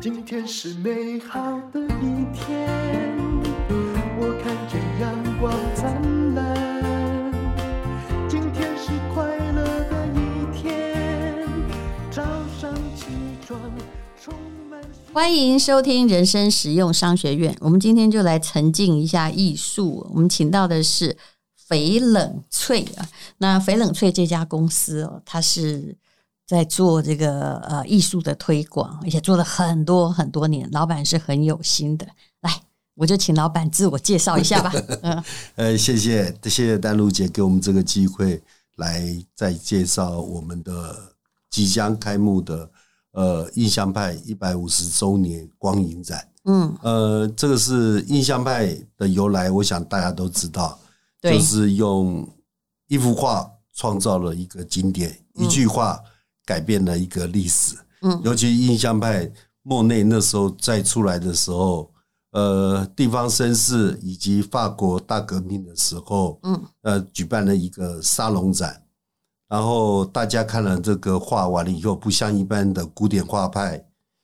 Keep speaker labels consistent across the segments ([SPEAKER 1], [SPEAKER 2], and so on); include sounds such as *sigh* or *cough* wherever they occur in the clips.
[SPEAKER 1] 今天是美好的一天，我看见阳光灿烂。今天是快乐的一天，早上起床充满希
[SPEAKER 2] 欢迎收听人生实用商学院。我们今天就来沉浸一下艺术。我们请到的是翡冷翠啊，那翡冷翠这家公司哦，它是在做这个呃艺术的推广，而且做了很多很多年，老板是很有心的。来，我就请老板自我介绍一下吧。嗯，
[SPEAKER 3] 呃，谢谢谢谢丹露姐给我们这个机会来再介绍我们的即将开幕的呃印象派一百五十周年光影展。
[SPEAKER 2] 嗯，
[SPEAKER 3] 呃，这个是印象派的由来，我想大家都知道，
[SPEAKER 2] 对
[SPEAKER 3] 就是用一幅画创造了一个经典，一句话改变了一个历史。
[SPEAKER 2] 嗯
[SPEAKER 3] 尤其印象派莫内那时候再出来的时候，呃，地方绅士以及法国大革命的时候，
[SPEAKER 2] 嗯，
[SPEAKER 3] 呃，举办了一个沙龙展，然后大家看了这个画完了以后，不像一般的古典画派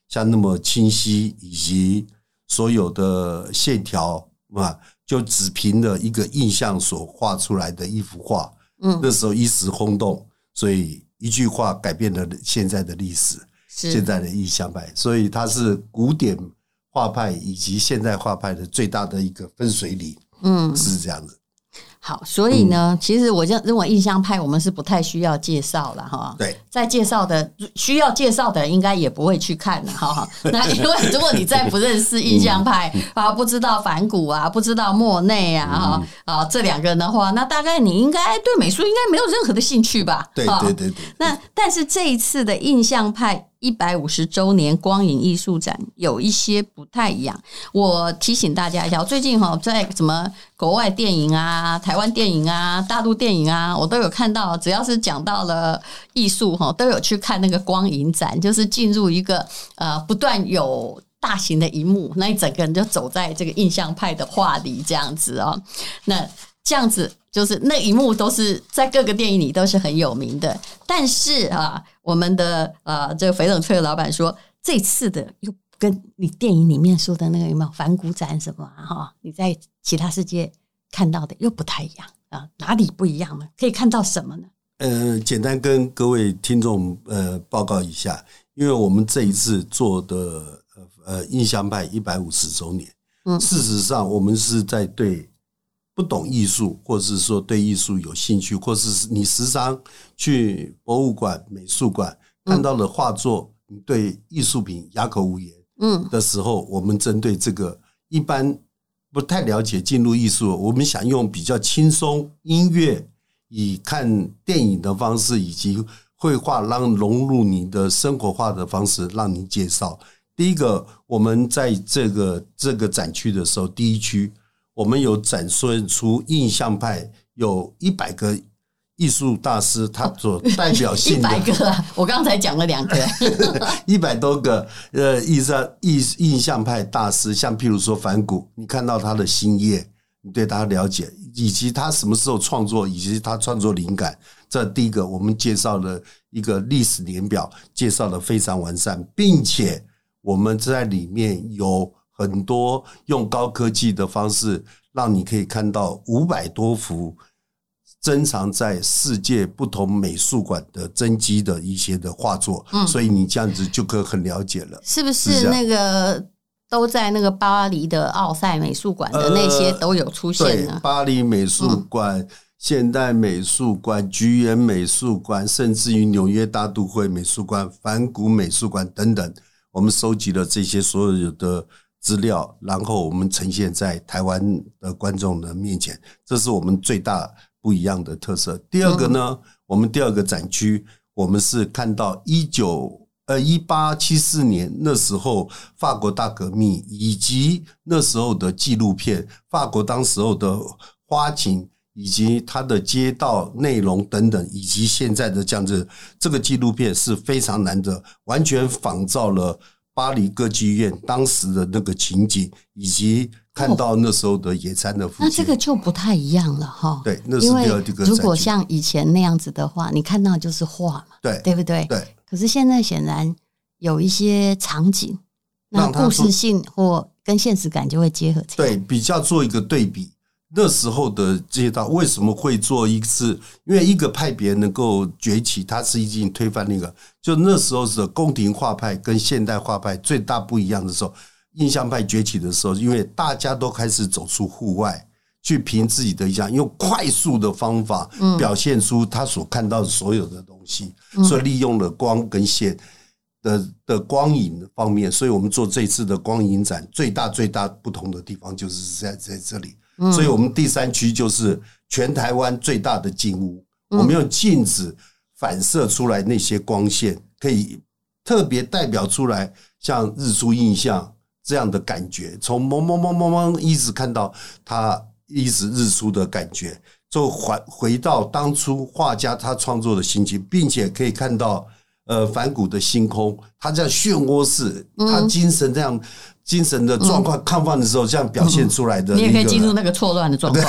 [SPEAKER 3] 像那么清晰，以及所有的线条啊，就只凭了一个印象所画出来的一幅画，
[SPEAKER 2] 嗯，
[SPEAKER 3] 那时候一时轰动，所以一句话改变了现在的历史。现
[SPEAKER 2] 是
[SPEAKER 3] 在的印象派，所以它是古典画派以及现代画派的最大的一个分水岭，
[SPEAKER 2] 嗯。
[SPEAKER 3] 是这样子。
[SPEAKER 2] 好，所以呢，其实我认认为印象派我们是不太需要介绍了哈。
[SPEAKER 3] 对，
[SPEAKER 2] 在介绍的需要介绍的人应该也不会去看了
[SPEAKER 3] *laughs*
[SPEAKER 2] 哈。那因为如果你再不认识印象派
[SPEAKER 3] 嗯
[SPEAKER 2] 啊，不知道梵谷啊，不知道莫内啊哈啊这两个人的话，那大概你应该对美术应该没有任何的兴趣吧？
[SPEAKER 3] 对
[SPEAKER 2] 哈
[SPEAKER 3] 对对对，
[SPEAKER 2] 那但是这一次的印象派一百五十周年光影艺术展有一些不太一样，我提醒大家一下，我最近哈、在什么国外电影啊、台湾电影啊、大陆电影啊，我都有看到，只要是讲到了艺术哈、都有去看那个光影展，就是进入一个呃不断有。大型的一幕，那你整个人就走在这个印象派的画里这样子哦。那这样子就是那一幕都是在各个电影里都是很有名的。但是啊，我们的呃这个翡冷翠的老板说，这次的又跟你电影里面说的那个有没有反骨展什么啊哈、你在其他世界看到的又不太一样啊，哪里不一样呢？可以看到什么呢？
[SPEAKER 3] 呃，简单跟各位听众呃报告一下，因为我们这一次做的呃呃印象派一百五十周年，
[SPEAKER 2] 嗯
[SPEAKER 3] 事实上我们是在对不懂艺术，或是说对艺术有兴趣，或是你时常去博物馆、美术馆看到了画作，你对艺术品哑口无言。
[SPEAKER 2] 嗯
[SPEAKER 3] 的时候，我们针对这个一般不太了解进入艺术，我们想用比较轻松音乐，以看电影的方式以及绘画，让融入你的生活化的方式，让你介绍。第一个，我们在这个这个展区的时候，第一区我们有展示出印象派有一百个艺术大师，他所代
[SPEAKER 2] *laughs*
[SPEAKER 3] 表
[SPEAKER 2] 一
[SPEAKER 3] 性的
[SPEAKER 2] 百个、啊，我刚才讲了两
[SPEAKER 3] *laughs*
[SPEAKER 2] 个，
[SPEAKER 3] 一百多个呃印象印印象派大师，像譬如说梵谷，你看到他的新业，你对他了解，以及他什么时候创作，以及他创作灵感，这第一个我们介绍了一个历史年表，介绍的非常完善，并且我们在里面有很多用高科技的方式，让你可以看到五百多幅珍藏在世界不同美术馆的真迹的一些的画作，
[SPEAKER 2] 嗯
[SPEAKER 3] 所以你这样子就可以很了解了。
[SPEAKER 2] 是不
[SPEAKER 3] 是
[SPEAKER 2] 是
[SPEAKER 3] 这样
[SPEAKER 2] 那个都在那个巴黎的奥赛美术馆的那些
[SPEAKER 3] 呃
[SPEAKER 2] 都有出现嗯
[SPEAKER 3] 对
[SPEAKER 2] 呢，？
[SPEAKER 3] 巴黎美术馆、现代美术馆、橘园美术馆，甚至于纽约大都会美术馆、梵谷美术馆等等，我们收集了这些所有的资料，然后我们呈现在台湾的观众的面前，这是我们最大不一样的特色。第二个呢，我们第二个展区，我们是看到一九。呃，一八七四年那时候法国大革命，以及那时候的纪录片，法国当时候的花景，以及它的街道内容等等，以及现在的这样子，这个纪录片是非常难得，完全仿照了巴黎歌剧院当时的那个情景，以及看到那时候的野餐的
[SPEAKER 2] 哦那
[SPEAKER 3] 风景。
[SPEAKER 2] 这个就不太一样了哈。
[SPEAKER 3] 对，那是
[SPEAKER 2] 因为
[SPEAKER 3] 第二这个
[SPEAKER 2] 如果
[SPEAKER 3] 展区
[SPEAKER 2] 像以前那样子的话，你看到就是画嘛，
[SPEAKER 3] 对
[SPEAKER 2] 对不对？
[SPEAKER 3] 对
[SPEAKER 2] 可是现在显然有一些场景那
[SPEAKER 3] 让他
[SPEAKER 2] 故
[SPEAKER 3] 做
[SPEAKER 2] 事性或跟现实感就会结合起来。
[SPEAKER 3] 对，比较做一个对比。那时候的这些大为什么会做一次？因为一个派别能够崛起，它是已经推翻另一个。就那时候的宫廷画派跟现代画派最大不一样的时候，印象派崛起的时候，因为大家都开始走出户外，去凭自己的印象，用快速的方法表现出他所看到的所有的东西，所以利用了光跟线。的的光影方面，所以我们做这次的光影展最大最大不同的地方就是在在这里，
[SPEAKER 2] 嗯
[SPEAKER 3] 所以我们第三区就是全台湾最大的镜屋，
[SPEAKER 2] 嗯
[SPEAKER 3] 我们用镜子反射出来那些光线，可以特别代表出来，像日出印象这样的感觉，从蒙蒙蒙蒙蒙一直看到它一直日出的感觉，就还回到当初画家他创作的心情，并且可以看到呃反骨的星空，他这样漩涡式，
[SPEAKER 2] 嗯
[SPEAKER 3] 他精神这样精神的状况亢奋的时候，这样表现出来的
[SPEAKER 2] 你也
[SPEAKER 3] 一
[SPEAKER 2] 可以
[SPEAKER 3] 个
[SPEAKER 2] 进入那个错乱的状况，
[SPEAKER 3] *laughs*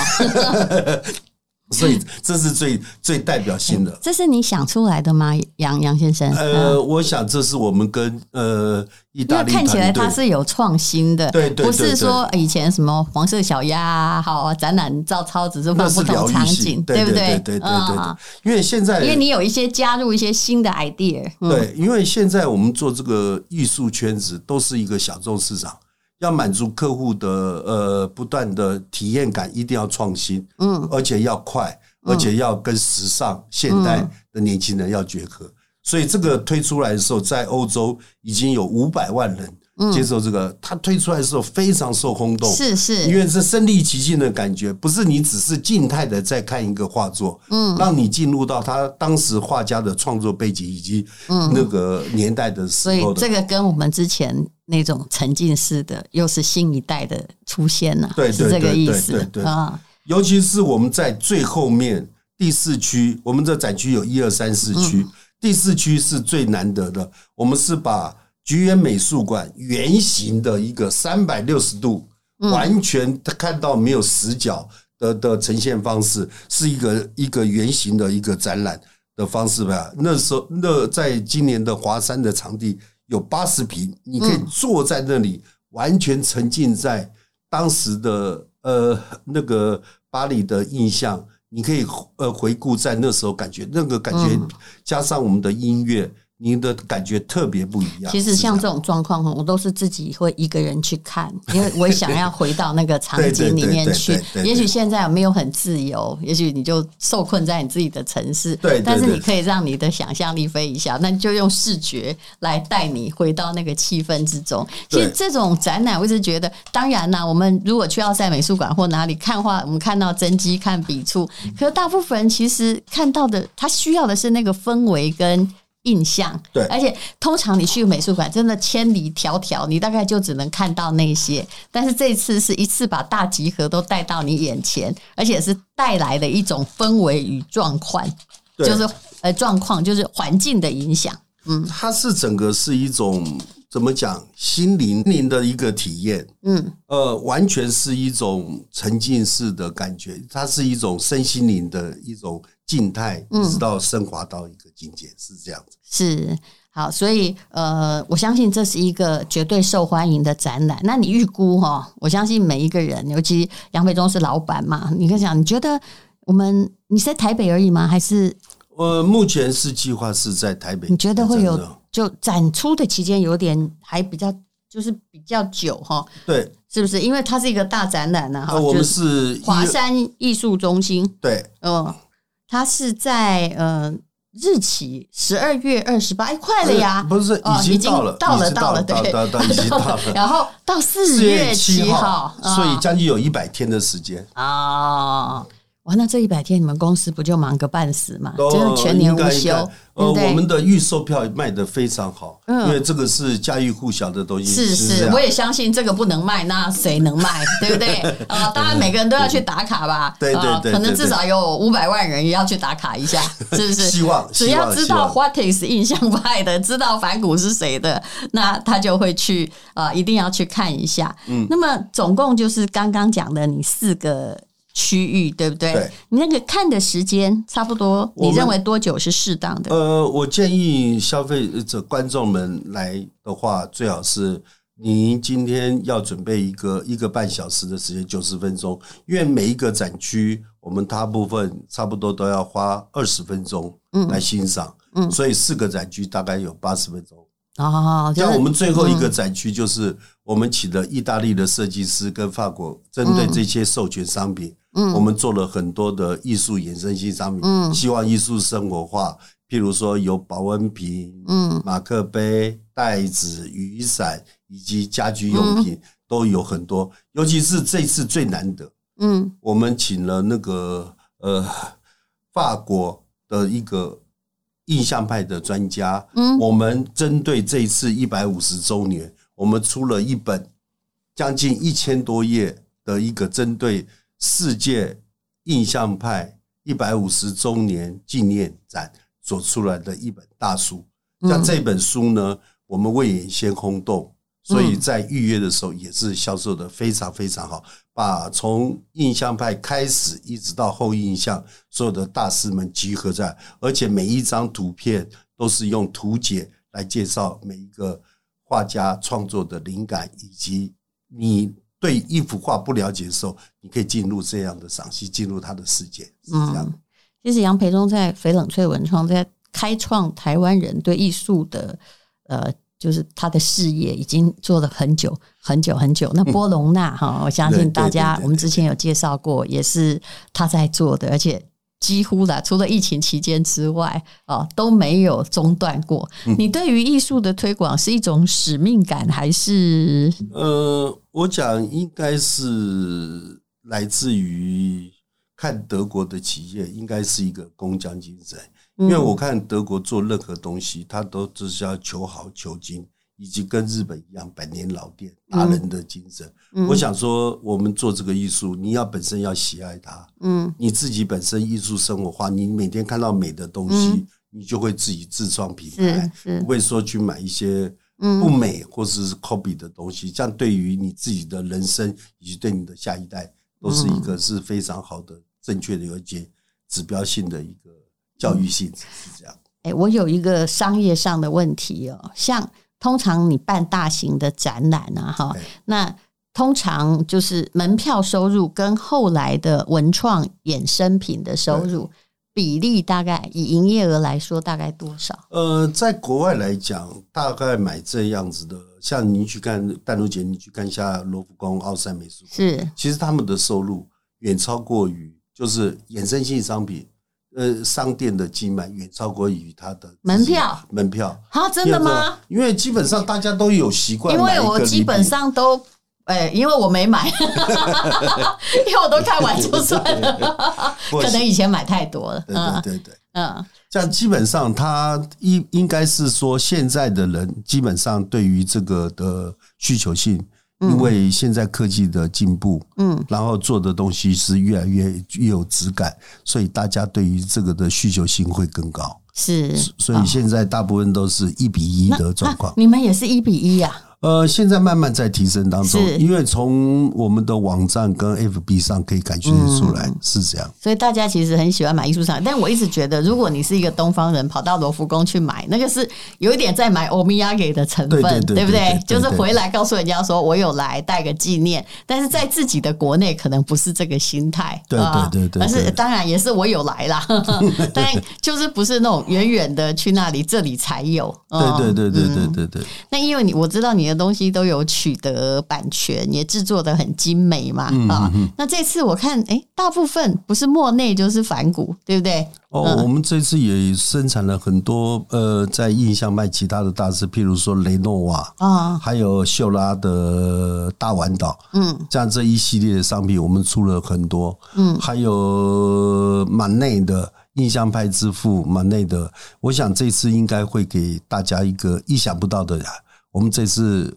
[SPEAKER 3] 所
[SPEAKER 2] 嗯
[SPEAKER 3] 以这是最最代表性的。
[SPEAKER 2] *laughs* 这是你想出来的吗，杨杨先生？嗯
[SPEAKER 3] 呃，我想这是我们跟呃意
[SPEAKER 2] 因
[SPEAKER 3] 大
[SPEAKER 2] 为
[SPEAKER 3] 利
[SPEAKER 2] 看起来
[SPEAKER 3] 团队
[SPEAKER 2] 它是有创新的，
[SPEAKER 3] 对对对
[SPEAKER 2] 不是说以前什么黄色小鸭啊，好啊展览照抄，只是
[SPEAKER 3] 那
[SPEAKER 2] 换
[SPEAKER 3] 是
[SPEAKER 2] 不
[SPEAKER 3] 疗
[SPEAKER 2] 同
[SPEAKER 3] 愈
[SPEAKER 2] 场
[SPEAKER 3] 性
[SPEAKER 2] 景，
[SPEAKER 3] 对
[SPEAKER 2] 不
[SPEAKER 3] 对对对对对
[SPEAKER 2] 嗯，
[SPEAKER 3] 因为现在
[SPEAKER 2] 因为你有一些加入一些新的 idea，嗯
[SPEAKER 3] 对，因为现在我们做这个艺术圈子都是一个小众市场，要满足客户的呃不断的体验感，一定要创新，
[SPEAKER 2] 嗯，
[SPEAKER 3] 而且要快，而且要跟时尚现
[SPEAKER 2] 嗯
[SPEAKER 3] 代的年轻人要结合。所以这个推出来的时候，在欧洲已经有五百万人接受这个，它推出来的时候非常受轰动，
[SPEAKER 2] 嗯是
[SPEAKER 3] 因
[SPEAKER 2] 是，
[SPEAKER 3] 为是身临其境的感觉，不是你只是静态的在看一个画作，嗯，让你进入到他当时画家的创作背景以及那个年代的时
[SPEAKER 2] 嗯所以
[SPEAKER 3] 候的。
[SPEAKER 2] 这个跟我们之前那种沉浸式的，又是新一代的出现了，
[SPEAKER 3] 对对
[SPEAKER 2] 是这个
[SPEAKER 3] 对
[SPEAKER 2] 意
[SPEAKER 3] 对对
[SPEAKER 2] 思
[SPEAKER 3] 对
[SPEAKER 2] 啊，
[SPEAKER 3] 尤其是我们在最后面第四区，我们的展区有一二三四区，
[SPEAKER 2] 嗯
[SPEAKER 3] 第四区是最难得的。我们是把菊园美术馆圆形的一个三百六十度，
[SPEAKER 2] 嗯
[SPEAKER 3] 完全看到没有死角的的呈现方式，是一个一个圆形的一个展览的方式吧。那时候，那在今年的华山的场地有八十平，你可以
[SPEAKER 2] 嗯
[SPEAKER 3] 坐在那里，完全沉浸在。当时的呃那个巴黎的印象，你可以呃回顾在那时候感觉，那个感觉
[SPEAKER 2] 嗯
[SPEAKER 3] 加上我们的音乐，你的感觉特别不一样。
[SPEAKER 2] 其实
[SPEAKER 3] 是这
[SPEAKER 2] 像
[SPEAKER 3] 样
[SPEAKER 2] 这种状况，我都是自己会一个人去看，因为我想要回到那个场景里面去
[SPEAKER 3] 对对对对对。对
[SPEAKER 2] 也许现在没有很自由，也许你就受困在你自己的城市，
[SPEAKER 3] 对对对
[SPEAKER 2] 但是你可以让你的想象力飞一下，那你就用视觉来带你回到那个气氛之中。其
[SPEAKER 3] 对
[SPEAKER 2] 实这种展览，我一直觉得，当然啦，我们如果去奥赛美术馆或哪里看画，我们看到真迹、看笔触，可是大部分人其实看到的，他需要的是那个氛围跟。印象
[SPEAKER 3] 对
[SPEAKER 2] 而且通常你去美术馆，真的千里迢迢，你大概就只能看到那些。但是这一次是一次把大集合都带到你眼前，而且是带来的一种氛围与状况，
[SPEAKER 3] 对
[SPEAKER 2] 就是呃状况，就是环境的影响。
[SPEAKER 3] 它是整个是一种怎么讲心灵灵的一个体验，
[SPEAKER 2] 嗯，
[SPEAKER 3] 呃，完全是一种沉浸式的感觉，它是一种身心灵的一种静态，
[SPEAKER 2] 嗯
[SPEAKER 3] 一直到升华到一个境界，是这样子。
[SPEAKER 2] 是好，所以呃，我相信这是一个绝对受欢迎的展览。那你预估哈、我相信每一个人，尤其杨培忠是老板嘛，你跟讲，你觉得我们你是在台北而已吗？还是
[SPEAKER 3] 呃，目前是计划是在台北，
[SPEAKER 2] 你觉得会
[SPEAKER 3] 这
[SPEAKER 2] 有
[SPEAKER 3] 样子
[SPEAKER 2] 就展出的期间有点还比较就是比较久哈、
[SPEAKER 3] 对？
[SPEAKER 2] 是不是？因为它是一个大展览呢、啊，哈、
[SPEAKER 3] 呃，我
[SPEAKER 2] 就
[SPEAKER 3] 们是一
[SPEAKER 2] 华山艺术中心，
[SPEAKER 3] 对
[SPEAKER 2] 嗯，它是在呃日期十二月二十八，哎，快了呀，
[SPEAKER 3] 呃不是
[SPEAKER 2] 哦
[SPEAKER 3] 已经到了，
[SPEAKER 2] 到
[SPEAKER 3] 已
[SPEAKER 2] 了，*laughs*
[SPEAKER 3] 经
[SPEAKER 2] 到
[SPEAKER 3] 到
[SPEAKER 2] 了，对，
[SPEAKER 3] 到到已经到
[SPEAKER 2] *laughs*
[SPEAKER 3] 了。
[SPEAKER 2] 然后到四月
[SPEAKER 3] 7
[SPEAKER 2] 七号，
[SPEAKER 3] 所以
[SPEAKER 2] 啊
[SPEAKER 3] 将近有一百天的时间，
[SPEAKER 2] 啊。哇，那这一百天你们公司不就忙个半死嘛？
[SPEAKER 3] 都
[SPEAKER 2] 真的全年
[SPEAKER 3] 哦
[SPEAKER 2] 无
[SPEAKER 3] 应该
[SPEAKER 2] 休
[SPEAKER 3] 应该，
[SPEAKER 2] 对不
[SPEAKER 3] 呃，
[SPEAKER 2] 对
[SPEAKER 3] 我们的预售票卖的非常好，
[SPEAKER 2] 嗯
[SPEAKER 3] 因为这个是家喻户晓的东西。
[SPEAKER 2] 是
[SPEAKER 3] 这
[SPEAKER 2] 是，
[SPEAKER 3] 样
[SPEAKER 2] 我也相信这个不能卖，那谁能卖？对不
[SPEAKER 3] *laughs*
[SPEAKER 2] 对？啊、当然每个人都要去打卡吧。
[SPEAKER 3] 对对
[SPEAKER 2] 啊
[SPEAKER 3] 对对
[SPEAKER 2] 可能至少有五百万人也要去打卡一
[SPEAKER 3] *laughs*
[SPEAKER 2] 下，是不是？
[SPEAKER 3] 希望
[SPEAKER 2] 只
[SPEAKER 3] 希
[SPEAKER 2] 要
[SPEAKER 3] 望
[SPEAKER 2] 知
[SPEAKER 3] 希
[SPEAKER 2] 道
[SPEAKER 3] 望
[SPEAKER 2] what is 印象派的， *laughs* 知道反骨是谁的，那他就会去啊、一定要去看一下。嗯，那么总共就是刚刚讲的你四个。区域对不对？
[SPEAKER 3] 对
[SPEAKER 2] 你那个看的时间差不多，你
[SPEAKER 3] 我们
[SPEAKER 2] 认为多久是适当的？
[SPEAKER 3] 呃，我建议消费者观众们来的话，最好是您今天要准备一个一个半小时的时间，九十分钟，因为每一个展区，我们大部分差不多都要花二十分钟来欣赏，
[SPEAKER 2] 嗯
[SPEAKER 3] 所以四个展区大概有八十分钟。
[SPEAKER 2] 哦，就是
[SPEAKER 3] 像我们最后一个展区，就是我们请了意大利的设计师跟法国，针对这些授权商品，
[SPEAKER 2] 嗯
[SPEAKER 3] 我们做了很多的艺术衍生性商品，
[SPEAKER 2] 嗯
[SPEAKER 3] 希望艺术生活化，譬如说有保温瓶、
[SPEAKER 2] 嗯
[SPEAKER 3] 马克杯、袋子、雨伞以及家居
[SPEAKER 2] 嗯
[SPEAKER 3] 用品，都有很多。尤其是这次最难得，
[SPEAKER 2] 嗯
[SPEAKER 3] 我们请了那个呃法国的一个印象派的专家，
[SPEAKER 2] 嗯
[SPEAKER 3] 我们针对这一次一百五十周年，我们出了一本将近一千多页的一个针对世界印象派一百五十周年纪念展所出来的一本大书。
[SPEAKER 2] 嗯
[SPEAKER 3] 像这本书呢，我们未演先轰动，
[SPEAKER 2] 嗯
[SPEAKER 3] 所以在预约的时候也是销售的非常非常好，把从印象派开始一直到后印象所有的大师们集合在，而且每一张图片都是用图解来介绍每一个画家创作的灵感，以及你对一幅画不了解的时候，你可以进入这样的赏析，进入他的世界，是这样。
[SPEAKER 2] 嗯，其实杨培忠在翡冷翠文创在开创台湾人对艺术的呃。就是他的事业已经做了很久很久很久。那波隆纳哈，我相信大
[SPEAKER 3] 嗯对对
[SPEAKER 2] 家
[SPEAKER 3] 对对
[SPEAKER 2] 我们之前有介绍过，也是他在做的，而且几乎啦，除了疫情期间之外，哦都没有中断过。
[SPEAKER 3] 嗯
[SPEAKER 2] 你对于艺术的推广是一种使命感，还是嗯
[SPEAKER 3] 呃，我讲应该是来自于看德国的企业，应该是一个工匠精神。因为我看德国做任何东西，他都只是要求好求精，以及跟日本一样百年老店达人的精神。
[SPEAKER 2] 嗯
[SPEAKER 3] 我想说，我们做这个艺术，你要本身要喜爱它，
[SPEAKER 2] 嗯
[SPEAKER 3] 你自己本身艺术生活化，你每天看到美的东西，
[SPEAKER 2] 嗯
[SPEAKER 3] 你就会自己自创品牌
[SPEAKER 2] 是，是
[SPEAKER 3] 不会说去买一些
[SPEAKER 2] 嗯
[SPEAKER 3] 不美或是 copy 的东西，这样对于你自己的人生以及对你的下一代，都是一个是非常好的、正确的有一些指标性的一个教育性质，是这样。
[SPEAKER 2] 哎、我有一个商业上的问题哦，像通常你办大型的展览啊，哈
[SPEAKER 3] 对，
[SPEAKER 2] 那通常就是门票收入跟后来的文创衍生品的收入比例，大概以营业额来说，大概多少？
[SPEAKER 3] 呃，在国外来讲，大概买这样子的，像你去看淡如姐，你去看一下罗浮宫、奥赛美术馆，
[SPEAKER 2] 是，
[SPEAKER 3] 其实他们的收入远超过于就是衍生性商品，呃，商店的寄卖远超过于它的
[SPEAKER 2] 门票
[SPEAKER 3] 门票。
[SPEAKER 2] 啊，真的吗？？
[SPEAKER 3] 因为基本上大家都有习惯
[SPEAKER 2] 因
[SPEAKER 3] 买一
[SPEAKER 2] 为
[SPEAKER 3] 个礼
[SPEAKER 2] 我
[SPEAKER 3] 品，
[SPEAKER 2] 基本上都。哎、因为我没
[SPEAKER 3] *laughs*
[SPEAKER 2] 买，因为我都看完就算了，
[SPEAKER 3] *laughs* 或
[SPEAKER 2] 可
[SPEAKER 3] 许
[SPEAKER 2] 能以前买太多了。嗯
[SPEAKER 3] 对对对对，
[SPEAKER 2] 嗯
[SPEAKER 3] 这样基本上他应应该是说，现在的人基本上对于这个的需求性，因为现在科技的进步，
[SPEAKER 2] 嗯，
[SPEAKER 3] 然后做的东西是越来越越有质感，所以大家对于这个的需求性会更高。
[SPEAKER 2] 是。
[SPEAKER 3] 所以现在大部分都是一比一的状况
[SPEAKER 2] 啊，你们也是一比一啊呀、
[SPEAKER 3] 呃，现在慢慢在提升当中
[SPEAKER 2] 是，
[SPEAKER 3] 因为从我们的网站跟 FB 上可以感觉得出来是这样。
[SPEAKER 2] 所以大家其实很喜欢买艺术商品，但我一直觉得，如果你是一个东方人，跑到罗浮宫去买，那个是有一点在买欧米茄的成分，
[SPEAKER 3] 对对对
[SPEAKER 2] 不对
[SPEAKER 3] 对？
[SPEAKER 2] 就
[SPEAKER 3] 对
[SPEAKER 2] 是
[SPEAKER 3] 对
[SPEAKER 2] 回来告诉人家说我有来带个纪念，但是在自己的国内可能不是这个心态，
[SPEAKER 3] 对
[SPEAKER 2] 啊
[SPEAKER 3] 对对对
[SPEAKER 2] 但是
[SPEAKER 3] 对
[SPEAKER 2] 当然也是我有来
[SPEAKER 3] *laughs*
[SPEAKER 2] 啦，但就是不是那种远远的去那里，这里才有。啊
[SPEAKER 3] 对对对对对对对。
[SPEAKER 2] 那因为你我知道你的东西都有取得版权，也制作的很精美嘛、啊。那这次我看，哎、大部分不是莫内就是反骨，对不对？
[SPEAKER 3] 哦，我们这次也生产了很多呃，在印象派其他的大师，譬如说雷诺瓦，
[SPEAKER 2] 啊，
[SPEAKER 3] 还有秀拉的大丸岛，
[SPEAKER 2] 嗯，
[SPEAKER 3] 像这一系列的商品，我们出了很多，嗯，还有马内的印象派之父马内的，我想这次应该会给大家一个意想不到的。我们这次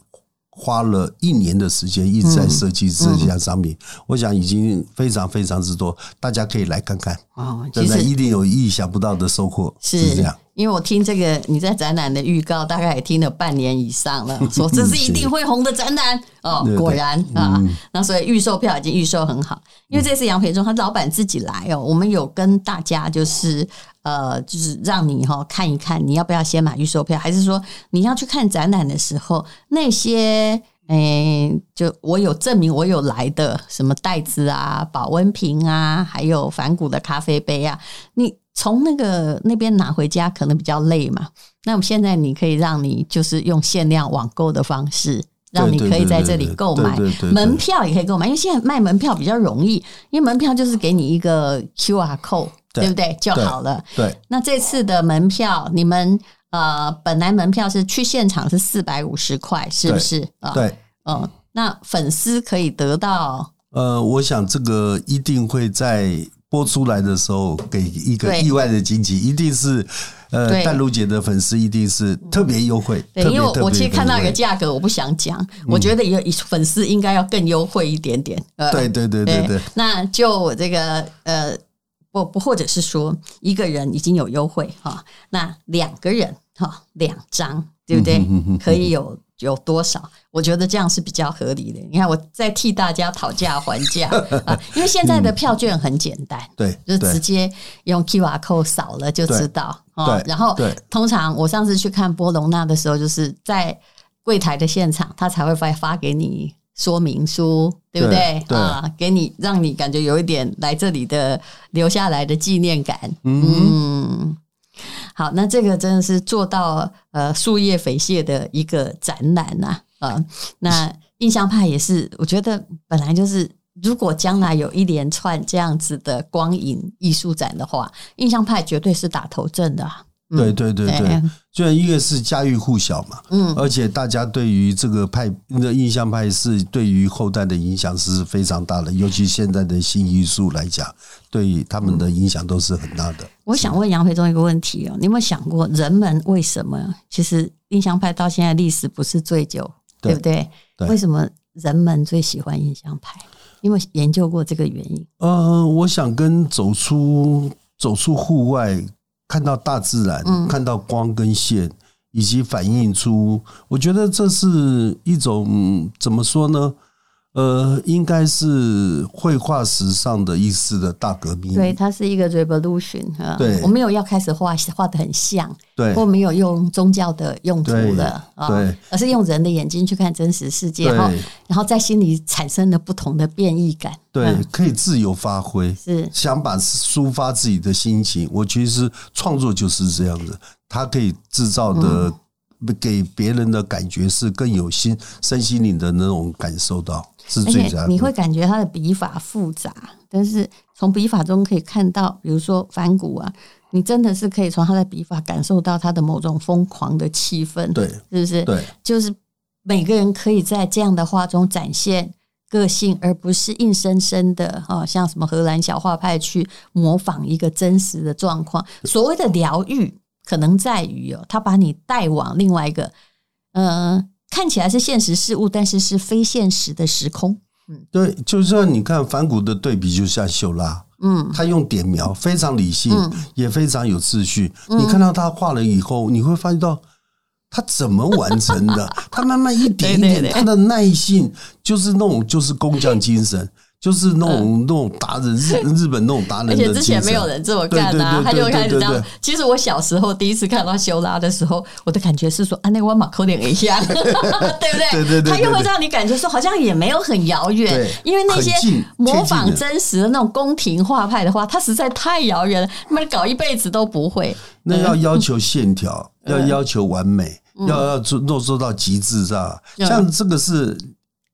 [SPEAKER 3] 花了一年的时间一直在设计这项商品，
[SPEAKER 2] 嗯
[SPEAKER 3] 我想已经非常非常之多，大家可以来看看。
[SPEAKER 2] 哦，
[SPEAKER 3] 真的一定有意想不到的收获，
[SPEAKER 2] 是
[SPEAKER 3] 这样。
[SPEAKER 2] 因为我听这个你在展览的预告，大概也听了半年以上了， *laughs* 说这是一定会红的展览哦
[SPEAKER 3] 嗯对，对
[SPEAKER 2] 果然啊，那所以预售票已经预售很好，因为这次杨培忠他老板自己来哦，我们有跟大家就是呃，就是让你哈、哦、看一看，你要不要先买预售票，还是说你要去看展览的时候那些。诶、哎就我有证明我有来的什么袋子啊、保温瓶啊，还有反骨的咖啡杯啊，你从那个那边拿回家可能比较累嘛。那我们现在你可以让你就是用限量网购的方式，让你可以在这里购买
[SPEAKER 3] 对对对对对对
[SPEAKER 2] 门票，也可以购买，因为现在卖门票比较容易，因为门票就是给你一个 QR code，
[SPEAKER 3] 对
[SPEAKER 2] 对不对就
[SPEAKER 3] 对
[SPEAKER 2] 好了。
[SPEAKER 3] 对，
[SPEAKER 2] 那这次的门票，你们呃本来门票是去现场是四百五十块，是不是？啊，
[SPEAKER 3] 对，
[SPEAKER 2] 嗯、那粉丝可以得到
[SPEAKER 3] 呃，我想这个一定会在播出来的时候给一个
[SPEAKER 2] 对
[SPEAKER 3] 意外的惊喜，一定是呃，
[SPEAKER 2] 对
[SPEAKER 3] 淡如姐的粉丝一定是特别优惠，
[SPEAKER 2] 对，
[SPEAKER 3] 特
[SPEAKER 2] 因
[SPEAKER 3] 别
[SPEAKER 2] 为我
[SPEAKER 3] 特别嗯
[SPEAKER 2] 我其实看到一
[SPEAKER 3] 优
[SPEAKER 2] 个
[SPEAKER 3] 惠
[SPEAKER 2] 价格，我不想讲，我觉得有粉丝应该要更优惠一点点。呃，
[SPEAKER 3] 对对对对对，
[SPEAKER 2] 那就我这个呃，不不，或者是说一个人已经有优惠哈、那两个人哈、两张对不对？
[SPEAKER 3] 嗯哼哼哼
[SPEAKER 2] 可以有有多少？我觉得这样是比较合理的。你看，我在替大家讨价还价啊，因为现在的票券很简单。
[SPEAKER 3] 对，
[SPEAKER 2] 就是
[SPEAKER 3] 对
[SPEAKER 2] 直接用 QR code 扫了就知道哦
[SPEAKER 3] 对。
[SPEAKER 2] 然后
[SPEAKER 3] 对
[SPEAKER 2] 通常我上次去看波隆纳的时候，就是在柜台的现场，他才会发发给你说明书，对不对
[SPEAKER 3] 对？对
[SPEAKER 2] 啊，给你让你感觉有一点来这里的留下来的纪念感。
[SPEAKER 3] 嗯，
[SPEAKER 2] 嗯，好，那这个真的是做到呃树叶匪蟹的一个展览呐、啊，呃，那印象派也是，我觉得本来就是。如果将来有一连串这样子的光影艺术展的话，印象派绝对是打头阵的啊、嗯
[SPEAKER 3] 对对对对，虽然越是家喻户晓嘛，
[SPEAKER 2] 嗯，
[SPEAKER 3] 而且大家对于这个派的印象派是对于后代的影响是非常大的，尤其现在的新艺术来讲，对于他们的影响都是很大的。
[SPEAKER 2] 我想问杨培忠一个问题哦，你有没有想过人们为什么其实印象派到现在历史不是最久，
[SPEAKER 3] 对
[SPEAKER 2] 对不对？
[SPEAKER 3] 对
[SPEAKER 2] 为什么人们最喜欢印象派？你有没有研究过这个原因？
[SPEAKER 3] 呃，我想跟走出走出户外，看到大自然，
[SPEAKER 2] 嗯
[SPEAKER 3] 看到光跟线，以及反映出，我觉得这是一种、嗯怎么说呢？呃，应该是绘画史上的一次的大革命。
[SPEAKER 2] 对，它是一个 revolution 啊。
[SPEAKER 3] 嗯对
[SPEAKER 2] 我没有要开始画画的很像，
[SPEAKER 3] 对
[SPEAKER 2] 或没有用宗教的用途
[SPEAKER 3] 对
[SPEAKER 2] 了啊
[SPEAKER 3] 对，
[SPEAKER 2] 而是用人的眼睛去看真实世界，
[SPEAKER 3] 对
[SPEAKER 2] 然后然后在心里产生了不同的变异感。
[SPEAKER 3] 对
[SPEAKER 2] 嗯，
[SPEAKER 3] 可以自由发挥。
[SPEAKER 2] 是
[SPEAKER 3] 想把抒发自己的心情。我其实创作就是这样子，它可以制造的、
[SPEAKER 2] 嗯
[SPEAKER 3] 给别人的感觉是更有心身心灵的那种感受到，是
[SPEAKER 2] 而
[SPEAKER 3] 最佳
[SPEAKER 2] 且
[SPEAKER 3] 的。
[SPEAKER 2] 你会感觉他的笔法复杂，但是从笔法中可以看到，比如说反骨啊，你真的是可以从他的笔法感受到他的某种疯狂的气氛，
[SPEAKER 3] 对
[SPEAKER 2] 是不是？
[SPEAKER 3] 对
[SPEAKER 2] 就是每个人可以在这样的画中展现个性，而不是硬生生的哦，像什么荷兰小画派去模仿一个真实的状况。所谓的疗愈，可能在于哦，他把你带往另外一个，呃，看起来是现实事物，但是是非现实的时空。
[SPEAKER 3] 对，就像你看反骨的对比，就像秀拉，
[SPEAKER 2] 嗯，
[SPEAKER 3] 他用点描非常理性，
[SPEAKER 2] 嗯
[SPEAKER 3] 也非常有秩序。你看到他画了以后，你会发现到他怎么完成
[SPEAKER 2] *laughs*
[SPEAKER 3] 的，他慢慢一点一
[SPEAKER 2] 对对
[SPEAKER 3] 点，
[SPEAKER 2] 对
[SPEAKER 3] 他的耐性就是那种就是工匠精神，就是那种那种达人日日本那种达人的
[SPEAKER 2] 而且
[SPEAKER 3] 精神。
[SPEAKER 2] 之前没有人这么干啊，他
[SPEAKER 3] 对对对对
[SPEAKER 2] 就开始这
[SPEAKER 3] 对对
[SPEAKER 2] 样
[SPEAKER 3] 对。
[SPEAKER 2] 其实我小时候第一次看到修拉的时候，我的感觉是说啊，那个我马口点一样， *laughs* 对不对？
[SPEAKER 3] 对对对对
[SPEAKER 2] 他又会让你感觉说好像也没有很遥远
[SPEAKER 3] 对，
[SPEAKER 2] 因为那些
[SPEAKER 3] 很近
[SPEAKER 2] 模
[SPEAKER 3] 贴
[SPEAKER 2] 仿
[SPEAKER 3] 近的
[SPEAKER 2] 真实的那种宫廷画派的话，它实在太遥远了，他们搞一辈子都不会。
[SPEAKER 3] 那要要求线
[SPEAKER 2] *laughs*
[SPEAKER 3] 条，要
[SPEAKER 2] 嗯
[SPEAKER 3] 要求完美，要要做做做到极致，是吧？
[SPEAKER 2] 嗯
[SPEAKER 3] 像这个是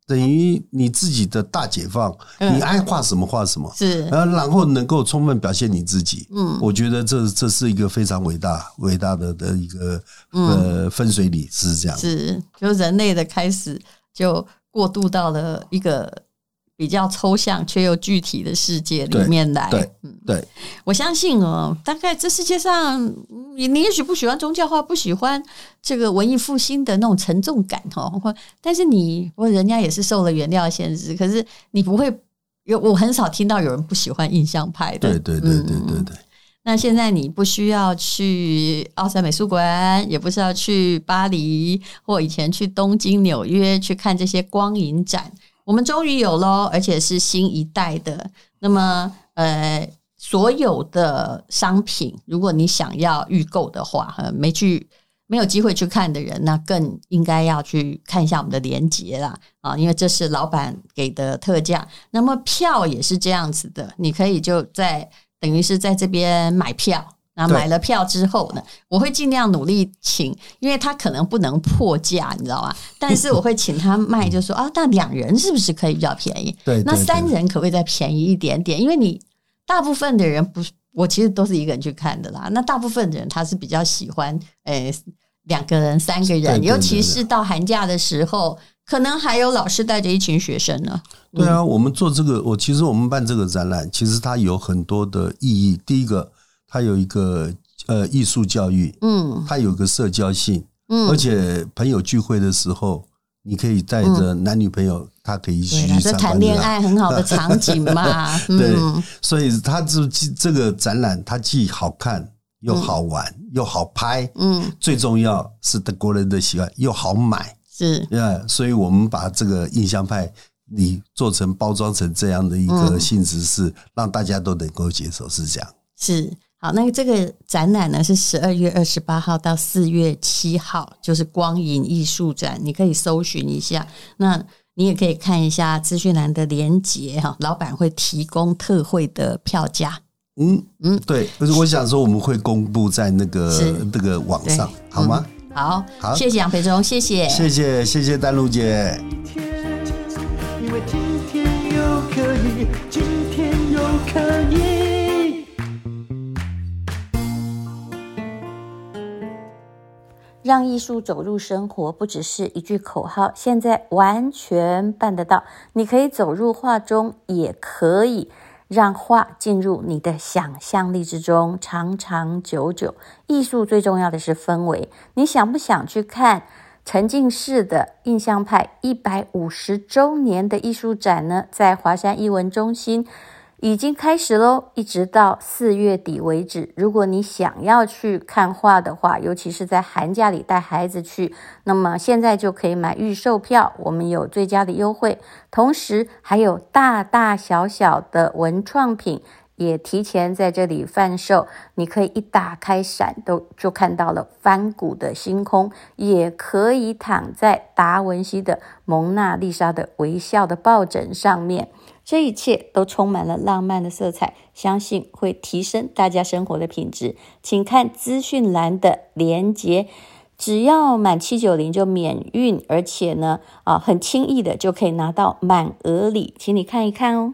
[SPEAKER 3] 等于你自己的大解放，
[SPEAKER 2] 嗯
[SPEAKER 3] 你爱画什么画什么。
[SPEAKER 2] 是
[SPEAKER 3] 呃，然后能够充分表现你自己，嗯，我觉得这这是一个非常伟大伟大的的一个、呃分水岭是这样，
[SPEAKER 2] 嗯是，就人类的开始就过渡到了一个比较抽象却又具体的世界里面来。
[SPEAKER 3] 对对
[SPEAKER 2] 我相信哦，大概这世界上，嗯你你也许不喜欢宗教化，不喜欢这个文艺复兴的那种沉重感哦，或但是你或人家也是受了原料限制，可是你不会有，我很少听到有人不喜欢印象派的。
[SPEAKER 3] 对对对对
[SPEAKER 2] 嗯
[SPEAKER 3] 对对，
[SPEAKER 2] 那现在你不需要去奥赛美术馆，也不是要去巴黎或以前去东京、纽约去看这些光影展，我们终于有喽，而且是新一代的。那么，呃，所有的商品，如果你想要预购的话，呃，没去没有机会去看的人，那更应该要去看一下我们的连结啦啊，因为这是老板给的特价。那么票也是这样子的，你可以就在等于是在这边买票。那买了票之后呢，我会尽量努力请，因为他可能不能破价，你知道吗？
[SPEAKER 3] *laughs*
[SPEAKER 2] 但是我会请他卖，就说啊，那两人是不是可以比较便宜？
[SPEAKER 3] 对对
[SPEAKER 2] 那
[SPEAKER 3] 对
[SPEAKER 2] 三人嗯可不可以再便宜一点点？因为你大部分的人不是，我其实都是一个人去看的啦。那大部分的人他是比较喜欢，诶、两个人、三个人，
[SPEAKER 3] 对对对
[SPEAKER 2] 尤其是到寒假的时候，可能还有老师带着一群学生呢。
[SPEAKER 3] 对啊，我们做这个，我其实我们办这个展览，其实它有很多的意义。第一个，它有一个呃艺术教育，
[SPEAKER 2] 嗯
[SPEAKER 3] 它有个社交性，
[SPEAKER 2] 嗯，
[SPEAKER 3] 而且朋友聚会的时候，你可以带着男女朋友，他可以一起
[SPEAKER 2] 嗯对啦
[SPEAKER 3] 去
[SPEAKER 2] 这
[SPEAKER 3] 参观
[SPEAKER 2] 谈
[SPEAKER 3] 展
[SPEAKER 2] 恋
[SPEAKER 3] 览
[SPEAKER 2] 爱很好的场景
[SPEAKER 3] *laughs*
[SPEAKER 2] 嘛。
[SPEAKER 3] 对
[SPEAKER 2] 嗯，
[SPEAKER 3] 所以它这这个展览，它既好看又好玩、又好拍，
[SPEAKER 2] 嗯，
[SPEAKER 3] 最重要是德国人的喜欢又好买，
[SPEAKER 2] 是，
[SPEAKER 3] 呃，所以我们把这个印象派。你做成包装成这样的一个
[SPEAKER 2] 嗯
[SPEAKER 3] 性质是让大家都能够接受，是这样。
[SPEAKER 2] 是好，那这个展览呢是十二月二十八号到四月七号，就是光影艺术展，你可以搜寻一下。那你也可以看一下资讯栏的连结哈，老板会提供特惠的票价。
[SPEAKER 3] 嗯
[SPEAKER 2] 嗯
[SPEAKER 3] 嗯，对，可是我想说我们会公布在那
[SPEAKER 2] 是嗯
[SPEAKER 3] 个那个网上，好吗？
[SPEAKER 2] 好，
[SPEAKER 3] 好
[SPEAKER 2] 谢谢杨培忠，谢谢，
[SPEAKER 3] 谢谢谢谢丹露姐。
[SPEAKER 1] 一天，因为今天又可以，今天又可以。
[SPEAKER 4] 让艺术走入生活，不只是一句口号，现在完全办得到。你可以走入画中，也可以让画进入你的想象力之中，长长久久。艺术最重要的是氛围，你想不想去看？沉浸式的印象派一百五十周年的艺术展呢，在华山艺文中心已经开始喽，一直到四月底为止。如果你想要去看画的话，尤其是在寒假里带孩子去，那么现在就可以买预售票，我们有最佳的优惠，同时还有大大小小的文创品。也提前在这里贩售，你可以一打开伞都就看到了翻谷的星空，也可以躺在达文西的《蒙娜丽莎》的微笑的抱枕上面。这一切都充满了浪漫的色彩，相信会提升大家生活的品质。请看资讯栏的连结，只要满七九零就免运，而且呢，啊，很轻易的就可以拿到满额礼，请你看一看哦。